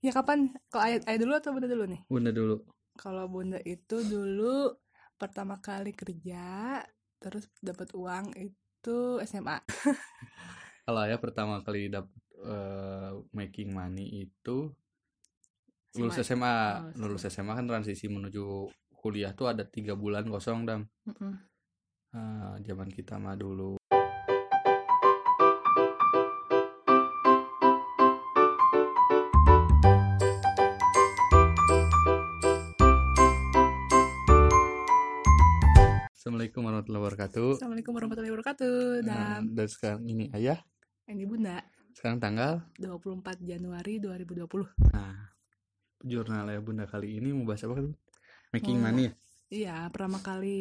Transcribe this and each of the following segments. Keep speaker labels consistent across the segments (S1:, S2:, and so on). S1: Ya kapan? Kalau ayah, ayah dulu atau bunda dulu nih?
S2: Bunda dulu.
S1: Kalau bunda itu dulu pertama kali kerja terus dapat uang itu SMA.
S2: Kalau ayah pertama kali dapet eh, making money itu lulus
S1: SMA.
S2: SMA.
S1: Oh,
S2: Lulus SMA kan transisi menuju kuliah tuh ada tiga bulan kosong dam.
S1: Mm-mm.
S2: Eh, zaman kita mah dulu. Assalamualaikum warahmatullahi wabarakatuh.
S1: Assalamualaikum warahmatullahi wabarakatuh.
S2: Nah,
S1: Dan
S2: dan sekarang ini ayah. Nah.
S1: ini bunda
S2: Sekarang tanggal
S1: 24 Januari 2020.
S2: Nah, jurnal ya Bunda kali ini mau bahas apa kan? Making
S1: Mau-
S2: money ya?
S1: Iya, pertama kali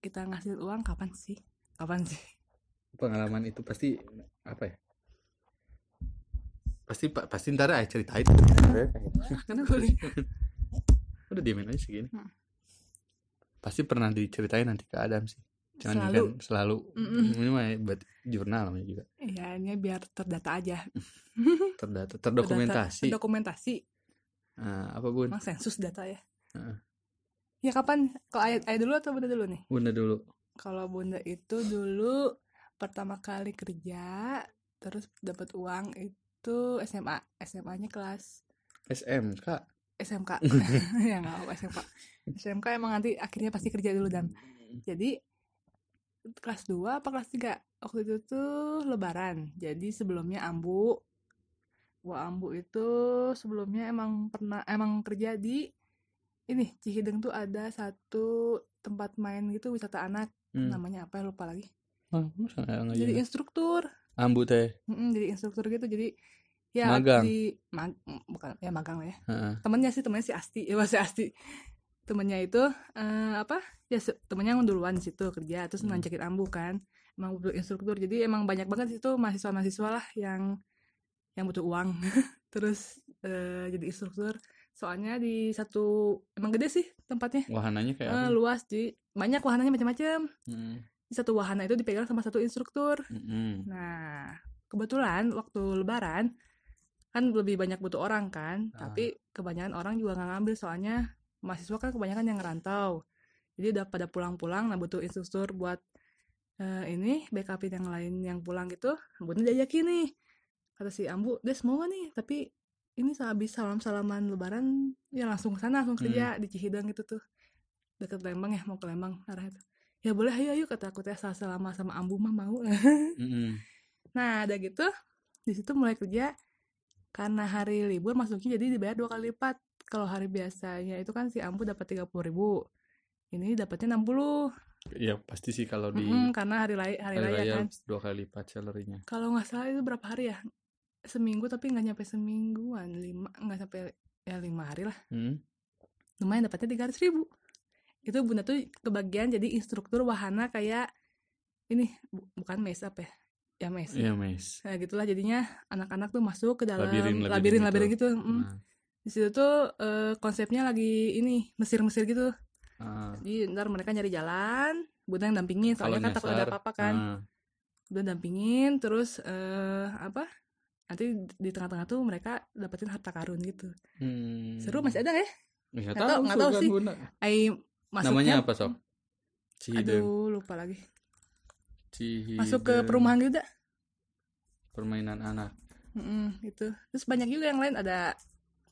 S1: kita ngasih uang kapan sih? Kapan sih?
S2: Pengalaman itu pasti apa ya? Pasti pa- pasti ntar aja ceritain.
S1: Kenapa boleh?
S2: Udah diemin aja segini.
S1: Hmm.
S2: Pasti pernah diceritain nanti ke Adam sih. Cuman ini
S1: Selalu.
S2: kan selalu
S1: Mm-mm.
S2: ini mah buat jurnal namanya juga.
S1: Iya, ini biar terdata aja.
S2: Terdata,
S1: Terdata-
S2: terdokumentasi.
S1: Terdokumentasi.
S2: Nah, apa Bun?
S1: Emang sensus data ya?
S2: Heeh.
S1: Ya kapan? Kalau ayah, ayah dulu atau bunda dulu nih?
S2: Bunda dulu.
S1: Kalau bunda itu dulu pertama kali kerja terus dapat uang itu SMA. SMA-nya kelas
S2: SMK.
S1: SMK. ya nggak apa SMK. SMK emang nanti akhirnya pasti kerja dulu dan jadi kelas 2 apa kelas 3 waktu itu tuh lebaran jadi sebelumnya ambu gua ambu itu sebelumnya emang pernah emang kerja di ini Cihideng tuh ada satu tempat main gitu wisata anak
S2: Hmm.
S1: namanya apa ya, lupa lagi
S2: Ah, masa nggak-
S1: jadi ya.
S2: nggak jadi? ya?
S1: instruktur
S2: Ambu teh.
S1: Mm-mm, jadi instruktur gitu jadi ya
S2: Magang.
S1: di mag- bukan ya magang lah ya
S2: Heeh.
S1: temennya sih temennya si Asti ya si Asti temennya itu eh, apa ya se- temennya yang duluan di situ kerja terus
S2: Hmm.
S1: nanjakin ambu kan emang butuh instruktur jadi emang banyak banget di situ mahasiswa mahasiswa lah yang yang butuh uang terus eh, jadi instruktur soalnya di satu emang gede sih tempatnya
S2: Wahananya kayak
S1: Eh,
S2: apa?
S1: luas di banyak wahananya macam-macam
S2: Hmm.
S1: di satu wahana itu dipegang sama satu instruktur
S2: Mm-mm.
S1: Nah, kebetulan waktu lebaran kan lebih banyak butuh orang kan,
S2: Ah.
S1: tapi kebanyakan orang juga nggak ngambil soalnya mahasiswa kan kebanyakan yang ngerantau. Jadi udah pada pulang-pulang, nah butuh instruktur buat eh, ini backupin yang lain yang pulang gitu. Bunda diajakin nih. Kata si Ambu, "Des mau gak nih?" Tapi ini habis salam-salaman lebaran ya langsung ke sana, langsung kerja di Cihideng gitu tuh. Deket Lembang ya, mau ke Lembang arah itu. Ya boleh ayo ayo kata aku teh selama sama Ambu mah mau.
S2: Mm-mm.
S1: Nah, ada gitu, di situ mulai kerja karena hari libur masuknya jadi dibayar dua kali lipat. Kalau hari biasanya itu kan si Ampu dapat 30.000 ribu. Ini dapatnya 60 puluh
S2: Ya pasti sih kalau di
S1: karena hari, lay- hari,
S2: hari
S1: raya,
S2: raya
S1: kan.
S2: dua kali lipat salarynya.
S1: Kalau nggak salah itu berapa hari ya? Seminggu tapi nggak nyampe semingguan, lima nggak sampai ya lima hari lah.
S2: Hmm?
S1: Lumayan dapatnya 300.000 ribu. Itu bunda tuh kebagian jadi instruktur wahana kayak ini bu- bukan mes apa ya? Ya mes.
S2: Iya mes.
S1: Nah, gitulah jadinya anak-anak tuh masuk ke dalam
S2: Labirin- labirin
S1: labirin-labirin gitu.
S2: gitu.
S1: Mm.
S2: Nah,
S1: Di situ tuh eh, konsepnya lagi ini Mesir-Mesir gitu.
S2: ah,
S1: Jadi ntar mereka nyari jalan, Bunda yang dampingin.
S2: kalau
S1: Soalnya kan takut ada
S2: nyasar,
S1: apa-apa kan.
S2: ah,
S1: Bunda dampingin, terus eh, apa? Nanti di tengah-tengah tuh mereka dapetin harta karun gitu.
S2: hmm.
S1: Seru masih ada nggak ya?
S2: Nggak
S1: Nggak
S2: tahu,
S1: tahu- nggak tahu
S2: suka
S1: sih.
S2: guna.
S1: Ai masuknya,
S2: Namanya apa sok? Cihideng.
S1: Aduh lupa lagi.
S2: Cihideng.
S1: Masuk ke perumahan gitu. dah.
S2: Permainan anak.
S1: Mm-mm, itu. Terus banyak juga yang lain ada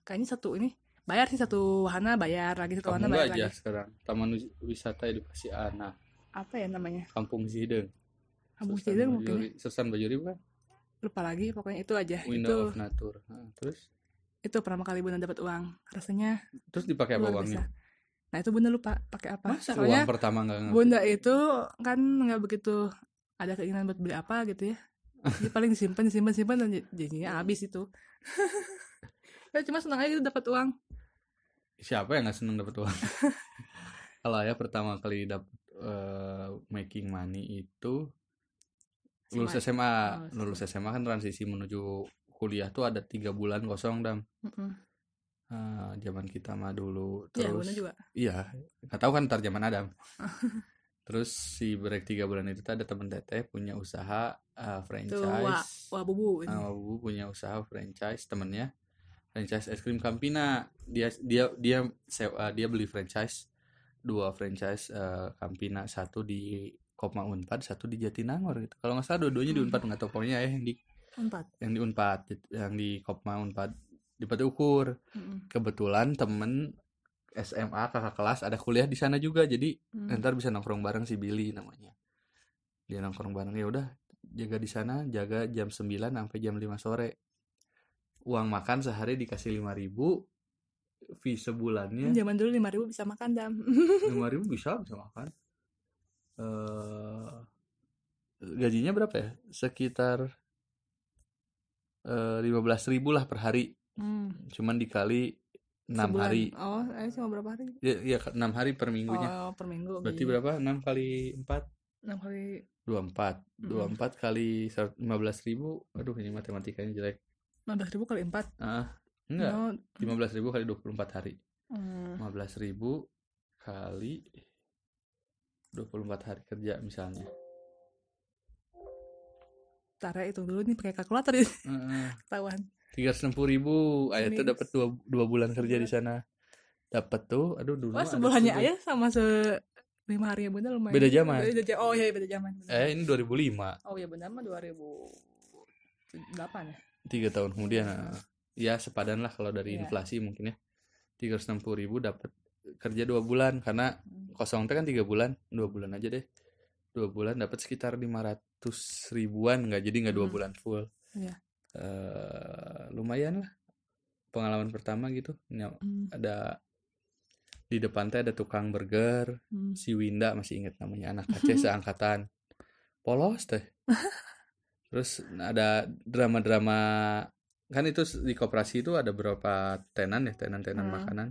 S1: kayaknya satu ini bayar sih satu wahana bayar lagi satu wahana
S2: Kamu
S1: bayar
S2: aja
S1: lagi.
S2: sekarang. Taman Wis- Wisata Edukasi Anak.
S1: apa ya namanya
S2: Kampung Cihideng.
S1: Abu
S2: Susan
S1: Cihideng mungkin ya. gitu.
S2: Bajuri- Susan Bajuri bukan?
S1: lupa lagi pokoknya itu aja
S2: Window
S1: itu
S2: of Nature. Ah, terus?
S1: itu pertama kali bunda dapat uang rasanya
S2: Terus dipakai apa
S1: luar biasa
S2: uangnya?
S1: nah itu bunda lupa pakai apa
S2: Masa
S1: soalnya
S2: uang pertama nggak ngerti?
S1: bunda itu kan nggak begitu ada keinginan buat beli apa gitu ya jadi paling disimpan disimpan simpan dan jad- jadinya habis itu ya cuma senang aja gitu dapat uang
S2: siapa yang nggak seneng dapat uang kalau ya pertama kali dapat making money itu lulus
S1: Sama-
S2: SMA
S1: Oh, SMA.
S2: lulus SMA kan transisi menuju kuliah tuh ada tiga bulan kosong dam
S1: Mm-mm.
S2: Eh, zaman kita mah dulu
S1: Iya,
S2: terus
S1: bunda juga
S2: iya nggak tahu kan ntar zaman Adam terus si break tiga bulan itu tuh ada temen teteh punya usaha eh,
S1: Wak-
S2: franchise
S1: wah bubu ini
S2: Nah, Ah, Bu punya usaha franchise temennya franchise es krim Campina dia dia dia sewa- dia beli franchise dua franchise eh, Campina satu di Koma Unpad satu di Jatinangor gitu kalau nggak salah dua-duanya di
S1: Mhm.
S2: Unpad nggak tahu pokoknya ya yang di
S1: empat
S2: yang di Unpad gitu, yang di Koma Unpad di Pati Ukur
S1: Mm-mm.
S2: kebetulan temen SMA kakak kelas ada kuliah di sana juga jadi
S1: Mm.
S2: ntar bisa nongkrong bareng si Billy namanya dia nongkrong bareng ya udah jaga di sana jaga jam 9 sampai jam 5 sore uang makan sehari dikasih 5000 ribu fee sebulannya
S1: zaman dulu lima ribu bisa makan dam
S2: 5000 ribu bisa bisa makan eh gajinya berapa ya sekitar eh, lima belas ribu lah per hari
S1: Hmm,
S2: cuman dikali 6
S1: sebulan.
S2: hari
S1: oh eh, cuma berapa hari
S2: Ya, ya, ke- enam hari per minggunya.
S1: oh per minggu
S2: Berarti
S1: iya.
S2: berapa? 6 kali 4?
S1: enam kali
S2: 24. 24 kali 15 ribu. Aduh, ini matematikanya jelek.
S1: enam belas ribu kali empat
S2: Ah, enggak.
S1: No,
S2: 15 ribu kali 24 hari.
S1: hmm,
S2: 15 ribu kali 24 hari kerja misalnya.
S1: tarik itu dulu nih pakai kalkulator ini
S2: Heeh.
S1: ketahuan
S2: 360 ribu. Ayah tuh
S1: Ini-
S2: dapat 2, bulan kerja di sana. Dapat tuh, aduh dulu.
S1: wah
S2: ada
S1: sebulannya
S2: tuh.
S1: ayah sama se lima hari ya bunda lumayan
S2: Beda zaman.
S1: beda ja- oh iya beda zaman bener.
S2: Eh, ini 2005.
S1: oh iya bunda mah dua ribu delapan ya
S2: 3 tahun kemudian. ah. Ya, sepadan lah kalau dari
S1: Iya.
S2: inflasi mungkin ya. 360 ribu dapat kerja 2 bulan karena
S1: Hmm.
S2: kosong teh kan tiga bulan dua bulan aja deh dua bulan dapat sekitar 500 ribuan nggak jadi nggak dua
S1: Hmm.
S2: bulan full
S1: Iya.
S2: Eh, lumayan lah pengalaman pertama gitu Nya-
S1: Hmm,
S2: ada di depan teh ada tukang burger
S1: hmm.
S2: si Winda masih inget namanya anak Aceh seangkatan polos teh terus ada drama-drama kan itu s- di koperasi itu ada beberapa tenan ya tenan-tenan
S1: Hmm.
S2: makanan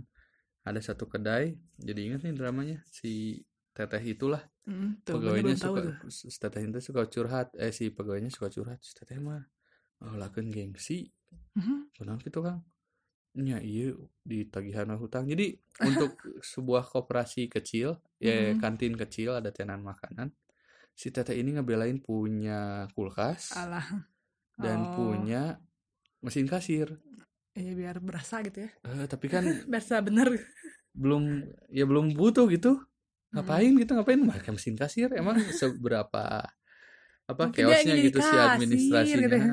S2: ada satu kedai jadi inget nih dramanya si teteh itulah
S1: Hmm, tuh, Bunda
S2: pegawainya
S1: belum tahu tuh.
S2: suka si teteh itu suka curhat eh si pegawainya suka curhat si teteh mah oh lakukan gengsi
S1: Mhm.
S2: kenapa gitu kang nya iya ditagihan hutang jadi untuk sebuah koperasi kecil ya
S1: Mm-mm.
S2: kantin kecil ada tenan makanan si teteh ini ngebelain punya kulkas
S1: Alah. Oh,
S2: dan punya mesin kasir
S1: Iya biar berasa gitu ya.
S2: Eh, tapi kan
S1: Berasa bener.
S2: belum ya belum butuh gitu
S1: Hmm.
S2: ngapain gitu ngapain pakai mesin kasir emang seberapa apa
S1: Mungkin dia ingin
S2: chaosnya
S1: jadi
S2: gitu si
S1: kasir,
S2: administrasinya
S1: gitu ya.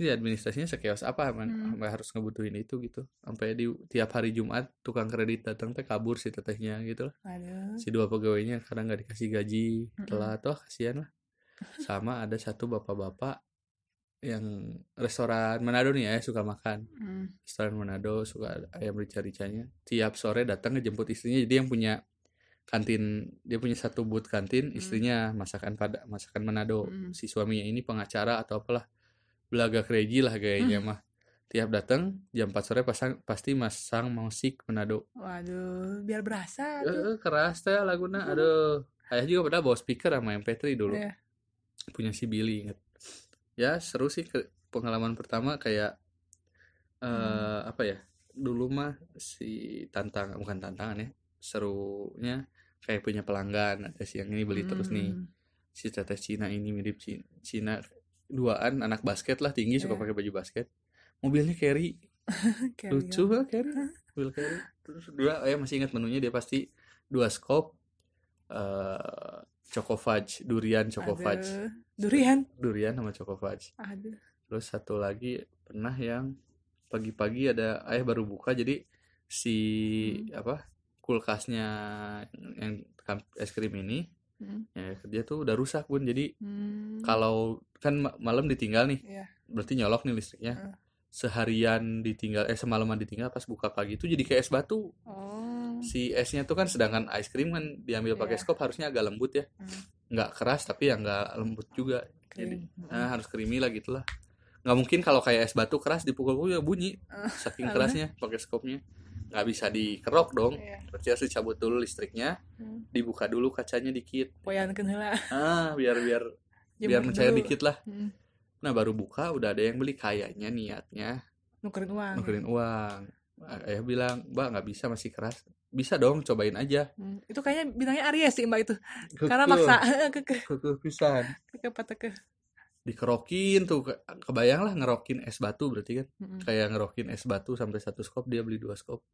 S2: si administrasinya sekeos apa emang
S1: Hmm.
S2: sampai harus ngebutuhin itu gitu sampai di tiap hari Jumat tukang kredit datang teh kabur si tetehnya gitu lah
S1: Aduh.
S2: si dua pegawainya karena nggak dikasih gaji
S1: Mm-mm.
S2: telat wah kasihan lah sama ada satu bapak-bapak yang restoran Manado nih ya suka makan
S1: Hmm.
S2: restoran Manado suka ada ayam rica-ricanya tiap sore datang ngejemput istrinya jadi yang punya kantin dia punya satu booth kantin
S1: Hmm.
S2: istrinya masakan pada masakan Manado
S1: Hmm.
S2: si suaminya ini pengacara atau apalah belaga kreji lah
S1: Hmm.
S2: gayanya mah tiap datang jam 4 sore pasang pasti masang musik Manado
S1: Waduh, biar berasa tuh.
S2: eh, eh, keras teh laguna
S1: Hmm.
S2: aduh ayah juga pada bawa speaker sama MP3 dulu
S1: Iya.
S2: punya si Billy inget ya seru sih ke- pengalaman pertama kayak eh
S1: Hmm.
S2: apa ya dulu mah si tantang bukan tantangan ya serunya kayak punya pelanggan ada si yang ini beli terus nih
S1: Hmm.
S2: si teteh Cina ini mirip Cina, Cina duaan anak basket lah tinggi suka
S1: Iya.
S2: pakai baju basket mobilnya carry
S1: Kayak
S2: lucu
S1: bilang,
S2: lah carry mobil carry terus dua ya masih ingat menunya dia pasti dua scoop eh choco fudge durian choco fudge
S1: aduh. Durian.
S2: durian sama choco fudge
S1: Aduh.
S2: terus satu lagi pernah yang pagi-pagi ada ayah baru buka jadi si
S1: Hmm.
S2: apa kulkasnya yang kam- es krim ini
S1: Hmm.
S2: ya, dia tuh udah rusak bun jadi
S1: Hmm.
S2: kalau kan ma- malam ditinggal nih
S1: Iya. Hmm.
S2: berarti nyolok nih listriknya
S1: Heeh.
S2: seharian ditinggal eh semalaman ditinggal pas buka pagi itu jadi kayak es batu
S1: Oh.
S2: si esnya tuh kan sedangkan ice cream kan diambil pakai
S1: Iya.
S2: skop harusnya agak lembut ya
S1: Hmm.
S2: nggak keras tapi ya nggak lembut juga jadi
S1: Kering.
S2: Nah, harus creamy lah gitu lah. Nggak mungkin kalau kayak es batu keras dipukul-pukul ya bunyi. Saking
S1: alah.
S2: kerasnya pakai skopnya. Nggak bisa dikerok dong.
S1: Iya.
S2: Berarti harus dicabut dulu listriknya.
S1: Hmm.
S2: Dibuka dulu kacanya dikit.
S1: Poyan kenela.
S2: Ah, biar biar biar mencair dikit lah.
S1: Hmm.
S2: Nah, baru buka udah ada yang beli kayaknya niatnya
S1: Nukerin uang.
S2: nukerin uang. Ayah bilang, "Mbak, nggak bisa masih keras." Bisa dong, cobain aja.
S1: Hmm. Itu kayaknya bintangnya Aries sih Mbak itu. Karena maksa ke ke
S2: Kekeh pisan.
S1: ke patah ke.
S2: dikerokin tuh Ke- kebayang lah ngerokin es batu berarti kan
S1: Mm-mm.
S2: kayak ngerokin es batu sampai satu skop dia beli dua skop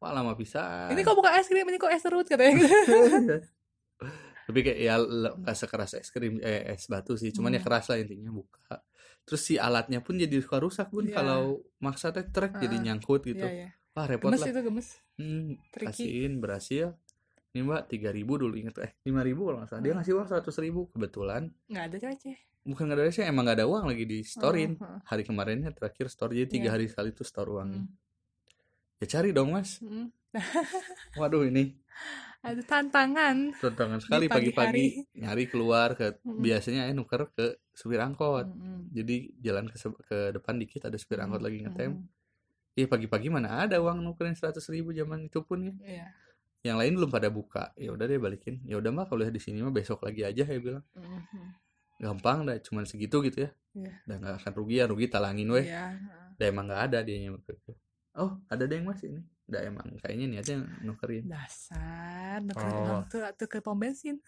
S2: wah lama pisan
S1: Ini kok bukan es krim, ini kok es serut
S2: Nah,
S1: katanya. gitu.
S2: tapi kayak ya le- nggak sekeras es krim eh, es batu sih cuman ya
S1: Hmm.
S2: keras lah intinya buka terus si alatnya pun jadi suka rusak pun
S1: Iya.
S2: kalau maksa teh trek jadi
S1: Heeh.
S2: nyangkut gitu
S1: Iya, iya.
S2: wah repot
S1: Gemes
S2: lah
S1: itu gemes.
S2: hmm,
S1: Tricky.
S2: kasihin berhasil ini mbak tiga ribu dulu inget eh lima ribu kalau nggak salah dia
S1: Heeh.
S2: ngasih uang seratus ribu kebetulan
S1: Nggak ada receh.
S2: bukan nggak ada sih emang nggak ada uang lagi di
S1: Heeh,
S2: storein
S1: heeh.
S2: hari kemarinnya terakhir store jadi
S1: Oh.
S2: tiga
S1: Iya.
S2: hari sekali tuh store uangnya
S1: Mm.
S2: ya cari dong mas
S1: Mm-mm.
S2: waduh ini
S1: Ada tantangan.
S2: tantangan
S1: Di
S2: sekali
S1: pagi Hmm.
S2: pagi-pagi nyari keluar ke
S1: Mm-mm.
S2: biasanya eh nuker ke supir angkot
S1: Mm-mm.
S2: jadi jalan ke se- ke depan dikit ada supir angkot
S1: Hmm.
S2: lagi ngetem
S1: Mm-mm.
S2: iya pagi-pagi mana ada uang nukerin seratus ribu zaman itu pun ya
S1: Iya.
S2: yang lain belum pada buka ya udah deh balikin ya udah mbak kalau di sini mah besok lagi aja ya bilang
S1: Mm-mm.
S2: gampang dah cuman segitu gitu ya
S1: Iya.
S2: udah nggak akan rugi ya rugi talangin weh
S1: Iya.
S2: udah emang nggak ada dia oh ada deh mas ini udah emang kayaknya niatnya nukerin
S1: Dasar, nuker
S2: Oh.
S1: orang tuh atuh ke pom bensin.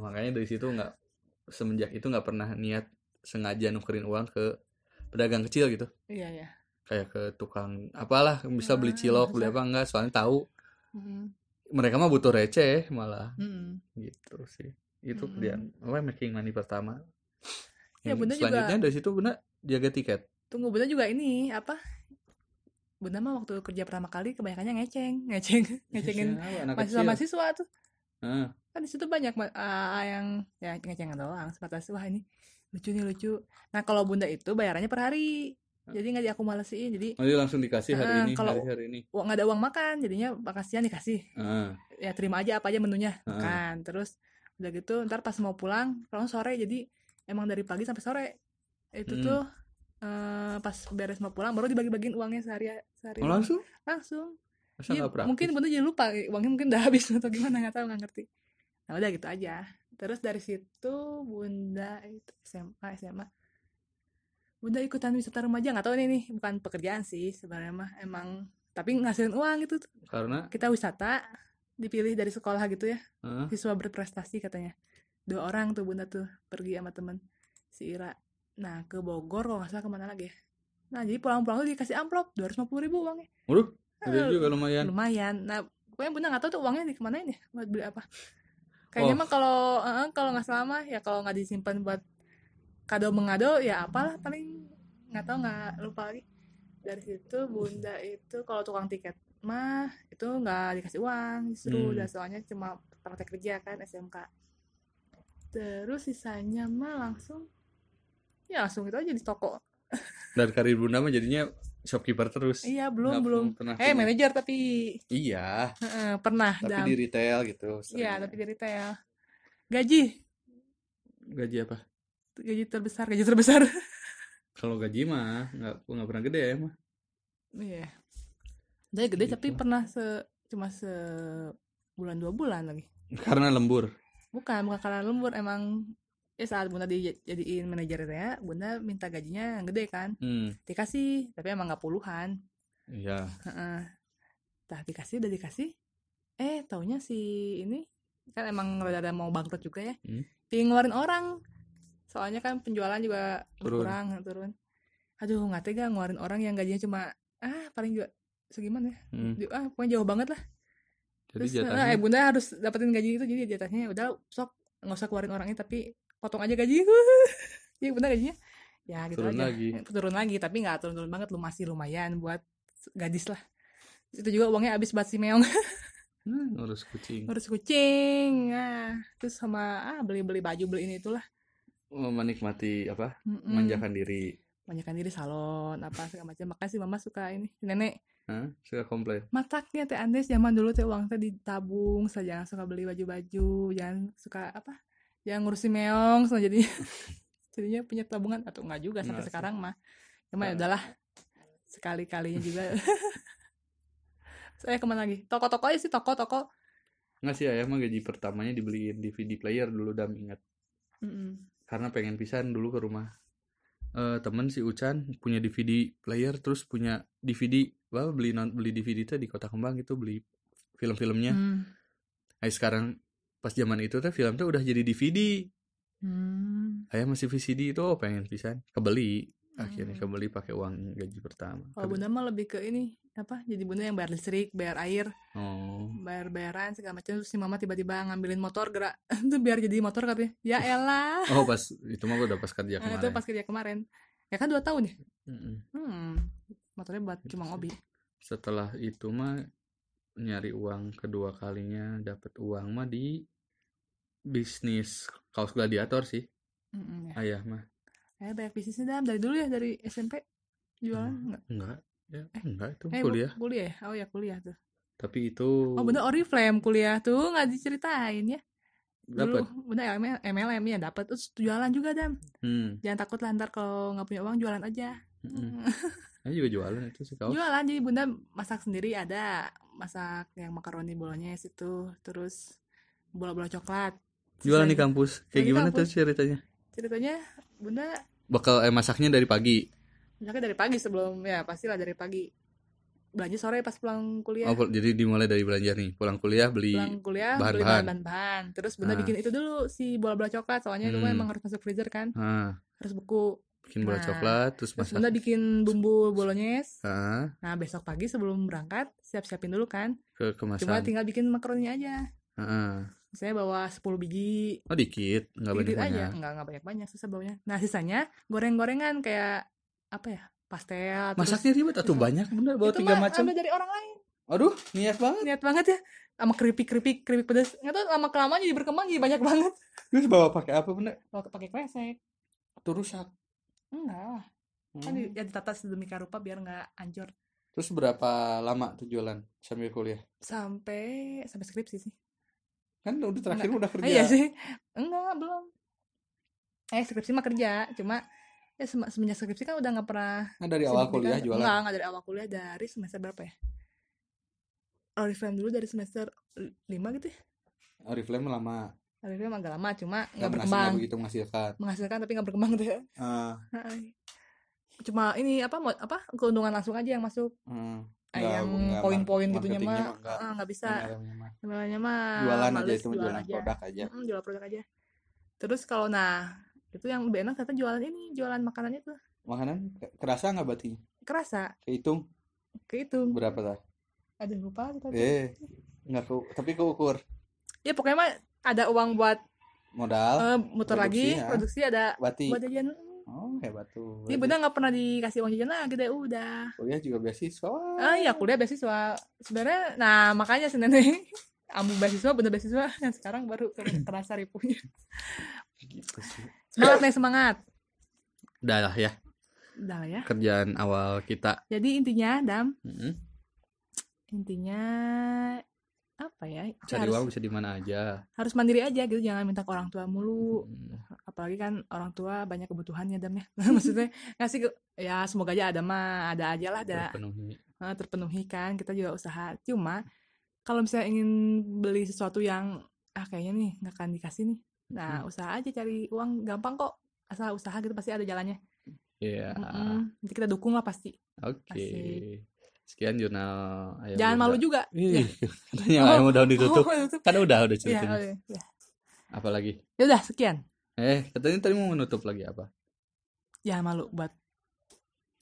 S2: makanya dari situ nggak semenjak itu nggak pernah niat sengaja nukerin uang ke pedagang kecil gitu
S1: Iya, iya.
S2: kayak ke tukang apalah bisa
S1: Ah,
S2: beli cilok beli
S1: bisa.
S2: apa enggak soalnya tahu
S1: Mm-mm.
S2: mereka mah butuh receh malah
S1: Mm-mm.
S2: gitu sih itu
S1: Mm-mm.
S2: dia apa making money pertama
S1: Hmm. Ya,
S2: Yang
S1: Bunda juga-
S2: selanjutnya dari situ bunda jaga tiket
S1: Tunggu Bunda juga ini apa? Bunda mah waktu kerja pertama kali kebanyakannya ngeceng, ngeceng, ngecengin
S2: Siapa anak kecil
S1: mahasiswa-mahasiswa tuh.
S2: Heeh.
S1: Kan di situ banyak ma- ah, yang ya ngeceng doang sebatas wah ini lucu nih lucu. Nah, kalau Bunda itu bayarannya per hari. Jadi nggak diakumulasiin. Jadi
S2: nanti Oh, langsung dikasih hari
S1: Ah,
S2: ini
S1: kalau-
S2: hari hari ini
S1: uang nggak ada uang makan, jadinya makasihnya dikasih.
S2: Heeh.
S1: Ya terima aja apa aja menunya,
S2: Heeh.
S1: makan. Terus udah gitu ntar pas mau pulang, pulang sore jadi emang dari pagi sampai sore itu
S2: Hmm.
S1: tuh eh, pas beres mau pulang baru dibagi-bagiin uangnya sehari sehari
S2: Oh, langsung
S1: langsung
S2: Masa
S1: Iya,
S2: nggak praktis?
S1: mungkin bunda jadi lupa uangnya mungkin udah habis atau gimana nggak tahu nggak ngerti nah udah gitu aja terus dari situ bunda itu SMA SMA bunda ikutan wisata remaja nggak tahu ini nih bukan pekerjaan sih sebenarnya mah emang tapi ngasilin uang gitu
S2: karena
S1: kita wisata dipilih dari sekolah gitu ya
S2: heeh,
S1: siswa berprestasi katanya dua orang tuh bunda tuh pergi sama temen si Ira nah ke Bogor kalau nggak salah kemana lagi ya nah jadi pulang-pulang tuh dikasih amplop 250.000 ribu uangnya
S2: waduh gede
S1: Eh,
S2: juga lumayan
S1: lumayan nah pokoknya bunda nggak tahu tuh uangnya dikemanain ya buat beli apa kayaknya
S2: Oh.
S1: mah kalau eh, kalau nggak salah mah ya kalau nggak disimpan buat kado mengado ya apalah paling nggak tahu nggak lupa lagi dari situ bunda itu kalau tukang tiket mah itu nggak dikasih uang justru
S2: Hmm.
S1: udah soalnya cuma praktek kerja kan SMK terus sisanya mah langsung ya langsung itu aja di toko
S2: dan karir bunda mah jadinya shopkeeper terus
S1: iya
S2: Nggak
S1: belum belum
S2: pernah
S1: eh
S2: punya.
S1: manajer tapi
S2: iya
S1: Heeh, pernah
S2: tapi
S1: dah.
S2: di retail gitu
S1: Iya,
S2: seringnya.
S1: tapi dari retail. Gaji,
S2: gaji apa
S1: gaji terbesar, gaji terbesar.
S2: kalau gaji mah nggak nggak pernah gede ya mah
S1: Iya. Dia gede
S2: Gitu.
S1: tapi pernah se cuma se bulan dua bulan lagi.
S2: karena lembur
S1: Bukan, bukan karena lembur emang ya saat bunda dijadiin manajernya, bunda minta gajinya yang gede kan,
S2: hmm
S1: dikasih tapi emang nggak puluhan.
S2: iya
S1: Heeh. Tah dikasih, udah dikasih. Eh, taunya si ini kan emang rada-rada mau bangkrut juga ya.
S2: Hmm.
S1: Pingin ngeluarin orang. Soalnya kan penjualan juga
S2: Turun.
S1: berkurang, turun. Aduh, nggak tega ngeluarin orang yang gajinya cuma ah paling juga segimana ya.
S2: Hmm.
S1: Di- Ah, pokoknya jauh banget lah.
S2: jadi
S1: Terus
S2: jatahnya
S1: eh, bunda harus dapetin gaji itu jadi jatahnya udah sok nggak usah keluarin orangnya tapi potong aja gaji. Iya, bunda gajinya. Ya gitu
S2: turun
S1: aja
S2: lagi
S1: turun lagi tapi nggak turun turun banget lu masih lumayan buat gadis lah itu juga uangnya habis buat si meong
S2: Nah, ngurus kucing
S1: ngurus kucing nah. terus sama ah beli beli baju beli ini itulah
S2: Oh, menikmati apa
S1: Mm-mm.
S2: manjakan diri
S1: Manjakan diri salon apa segala macam makasih mama suka ini Si nenek
S2: Hah? suka komplain
S1: mataknya teh Andes zaman dulu teh uang teh ditabung saya jangan suka beli baju-baju jangan suka apa jangan ngurusin meong so jadi jadinya punya tabungan atau enggak juga sampai
S2: Enggak sih.
S1: sekarang mah cuma ya
S2: Enggak.
S1: udahlah sekali-kalinya juga saya kemana lagi toko-toko aja sih toko-toko
S2: nggak sih ayah mah gaji pertamanya dibeliin DVD player dulu dam ingat
S1: Mm-mm.
S2: karena pengen pisan dulu ke rumah Eh temen si Ucan punya DVD player terus punya DVD wah beli non beli DVD teh di Kota Kembang gitu beli film-filmnya
S1: Mm.
S2: Nah, sekarang pas zaman itu teh film tuh udah jadi DVD.
S3: Hmm.
S2: ayah masih VCD itu oh, pengen pisan kebeli akhirnya
S3: Hmm.
S2: kebeli pakai uang gaji pertama
S1: Kalau
S2: Kedua-
S1: bunda mah lebih ke ini apa? Jadi bunda yang bayar listrik, bayar air,
S2: oh
S1: bayar bayaran segala macam. Terus si mama tiba-tiba ngambilin motor gerak itu biar jadi motor katanya. Ya elah.
S2: oh pas itu mah gue udah pas kerja
S1: Nah,
S2: kemarin
S1: itu pas kerja kemarin. Ya kan dua tahun ya.
S2: Mm-mm.
S1: Hmm. Motornya buat
S2: Iya,
S1: cuma hobi.
S2: setelah itu mah nyari uang kedua kalinya dapat uang mah di bisnis kaos gladiator sih
S1: Mm-mm, ya.
S2: ayah mah
S1: Eh, banyak bisnisnya dam dari dulu ya dari SMP jualan
S2: Hmm.
S1: enggak?
S2: enggak ya, enggak itu
S1: Eh, bu-
S2: kuliah
S1: Kuliah. ya? Oh ya kuliah tuh.
S2: tapi itu
S1: Oh bunda Oriflame kuliah tuh nggak diceritain ya.
S2: dapat
S1: Dulu bunda MLM, MLM ya dapat terus jualan juga dam.
S2: Hmm,
S1: Jangan takut lah ntar kalau nggak punya uang jualan aja.
S2: mm-mm. Ayah juga jualan itu sih kaos
S1: Jualan jadi bunda masak sendiri ada masak yang makaroni bolognese itu terus bola-bola coklat. Terus
S2: jualan di
S1: lagi-
S2: kampus kayak
S1: di
S2: gimana
S1: kampus.
S2: tuh ceritanya
S1: Ceritanya bunda
S2: bakal eh, masaknya dari pagi
S1: misalnya dari pagi sebelum ya pastilah dari pagi belanja sore pas pulang kuliah.
S2: Oh, pul- jadi dimulai dari belanja nih pulang kuliah beli
S1: Iya. pulang kuliah beli
S2: bahan-bahan.
S1: bahan-bahan terus bunda
S2: Ah.
S1: bikin itu dulu si bola-bola coklat soalnya itu mah
S2: Hmm.
S1: emang harus masuk freezer kan
S2: Ah,
S1: harus beku
S2: bikin bola
S1: Nah,
S2: coklat
S1: terus
S2: terus masak
S1: bunda bikin bumbu bolognese
S2: Ah,
S1: nah besok pagi sebelum berangkat siap-siapin dulu kan
S2: ke
S1: cuma
S2: kemasan
S1: tinggal bikin makaroni aja
S2: Ah,
S1: saya bawa 10 biji
S2: oh dikit nggak banyak
S1: dikit aja
S2: banyak
S1: nggak nggak banyak-banyak susah baunya nah sisanya goreng-gorengan kayak apa ya pastel terus-
S2: masaknya ribet atau
S1: terus-
S2: banyak bunda bawa
S1: itu
S2: tiga
S1: mah
S2: macam
S1: ambil dari orang lain
S2: aduh niat banget
S1: niat banget ya sama keripik keripik keripik pedas nggak tahu lama kelamaan jadi berkembang jadi banyak banget
S2: terus bawa pakai apa bunda
S1: kalau pakai kresek
S2: tuh rusak
S1: enggak lah. kan
S2: Hmm.
S1: di- ya ditata sedemikian rupa biar nggak hancur
S2: terus berapa lama tuh jualan sambil kuliah
S1: sampai sampai skripsi sih
S2: kan udah terakhir udah kerja
S1: Eh, iya sih enggak belum eh skripsi mah kerja cuma ya sem- semenjak skripsi kan udah nggak pernah
S2: Nah, dari awal
S1: sibuk
S2: kuliah
S1: jajan.
S2: jualan
S1: enggak enggak dari awal kuliah dari semester berapa ya Oriflame dulu dari semester 5 gitu ya
S2: Oriflame lama
S1: Oriflame agak lama cuma
S2: nggak
S1: nggak
S2: berhasil-
S1: berkembang
S2: nggak begitu menghasilkan
S1: menghasilkan tapi nggak berkembang tuh ya
S2: Ah,
S1: cuma ini apa mau apa keuntungan langsung aja yang masuk
S2: hmm.
S1: Eh,
S2: Nggak-
S1: yang
S2: nggak
S1: poin-poin gitunya
S2: marketingnya
S1: mah
S2: mah nggak.
S1: eh, nggak bisa
S2: MLM-nya mah.
S1: Jualannya mah
S2: jualan aja
S1: Ah, males,
S2: itu mah jualan produk ya. aja
S1: Mm, jualan produk aja. Terus kalau nah itu yang lebih enak ternyata jualan ini, jualan makanannya tuh
S2: makanan ke- kerasa nggak batinya
S1: kerasa
S2: kehitung
S1: ke itu.
S2: berapa lah
S1: Ada lupa gitu.
S2: eh nggak ke- tapi keukur
S1: Ya pokoknya mah ada uang buat
S2: modal
S1: eh, muter
S2: produksi
S1: lagi,
S2: ya.
S1: produksi ada
S2: bati
S1: buat jajan.
S2: oh hebat tuh
S1: Eh, Ini bunda nggak pernah dikasih uang jajan lagi deh udah.
S2: kuliah juga beasiswa Wah.
S1: Ah iya kuliah beasiswa. Sebenarnya nah makanya sih nenek ambu beasiswa, bunda beasiswa yang sekarang baru kerasa ripuhnya.
S2: Gitu sih.
S1: Semangat nih semangat.
S2: udah lah ya
S1: Udah lah ya.
S2: kerjaan awal kita
S1: Jadi intinya Dam,
S2: Mm-mm.
S1: intinya apa ya
S2: cari
S1: harus,
S2: uang bisa di mana aja
S1: harus mandiri aja gitu jangan minta ke orang tua mulu
S2: Mm.
S1: apalagi kan orang tua banyak kebutuhannya dam ya maksudnya ngasih ke- ya semoga aja ada mah ada aja lah ada
S2: terpenuhi
S1: eh, terpenuhi kan kita juga usaha cuma kalau misalnya ingin beli sesuatu yang ah kayaknya nih nggak akan dikasih nih nah
S2: Hmm.
S1: usaha aja cari uang gampang kok asal usaha gitu pasti ada jalannya
S2: ya
S1: Mm-mm. nanti kita dukung lah pasti
S2: oke
S1: Asik.
S2: sekian jurnal ayam
S1: jangan malu juga
S2: Ya,
S1: Iya.
S2: Ih, katanya ayam udah
S1: Oh,
S2: ditutup
S1: tutup.
S2: kan udah udah
S1: ya,
S2: ceritain
S1: oh, ya.
S2: apalagi
S1: Ya udah sekian
S2: eh katanya tadi mau menutup lagi apa
S1: ya malu buat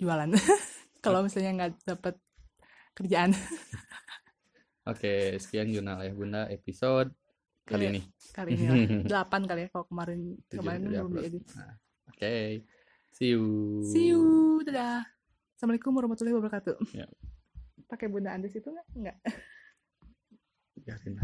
S1: jualan kalau misalnya nggak dapet kerjaan
S2: Oke, sekian jurnal ayah bunda episode kali
S1: Iya.
S2: ini.
S1: kali ini lah. delapan kali ya kalau kemarin
S2: Tujuh
S1: kemarin kan
S2: udah
S1: belum
S2: upload.
S1: diedit
S2: Nah, Oke, see you.
S1: see you dadah assalamualaikum warahmatullahi wabarakatuh
S2: Ya.
S1: pakai bunda Andes itu nggak nggak
S2: Biarin aja.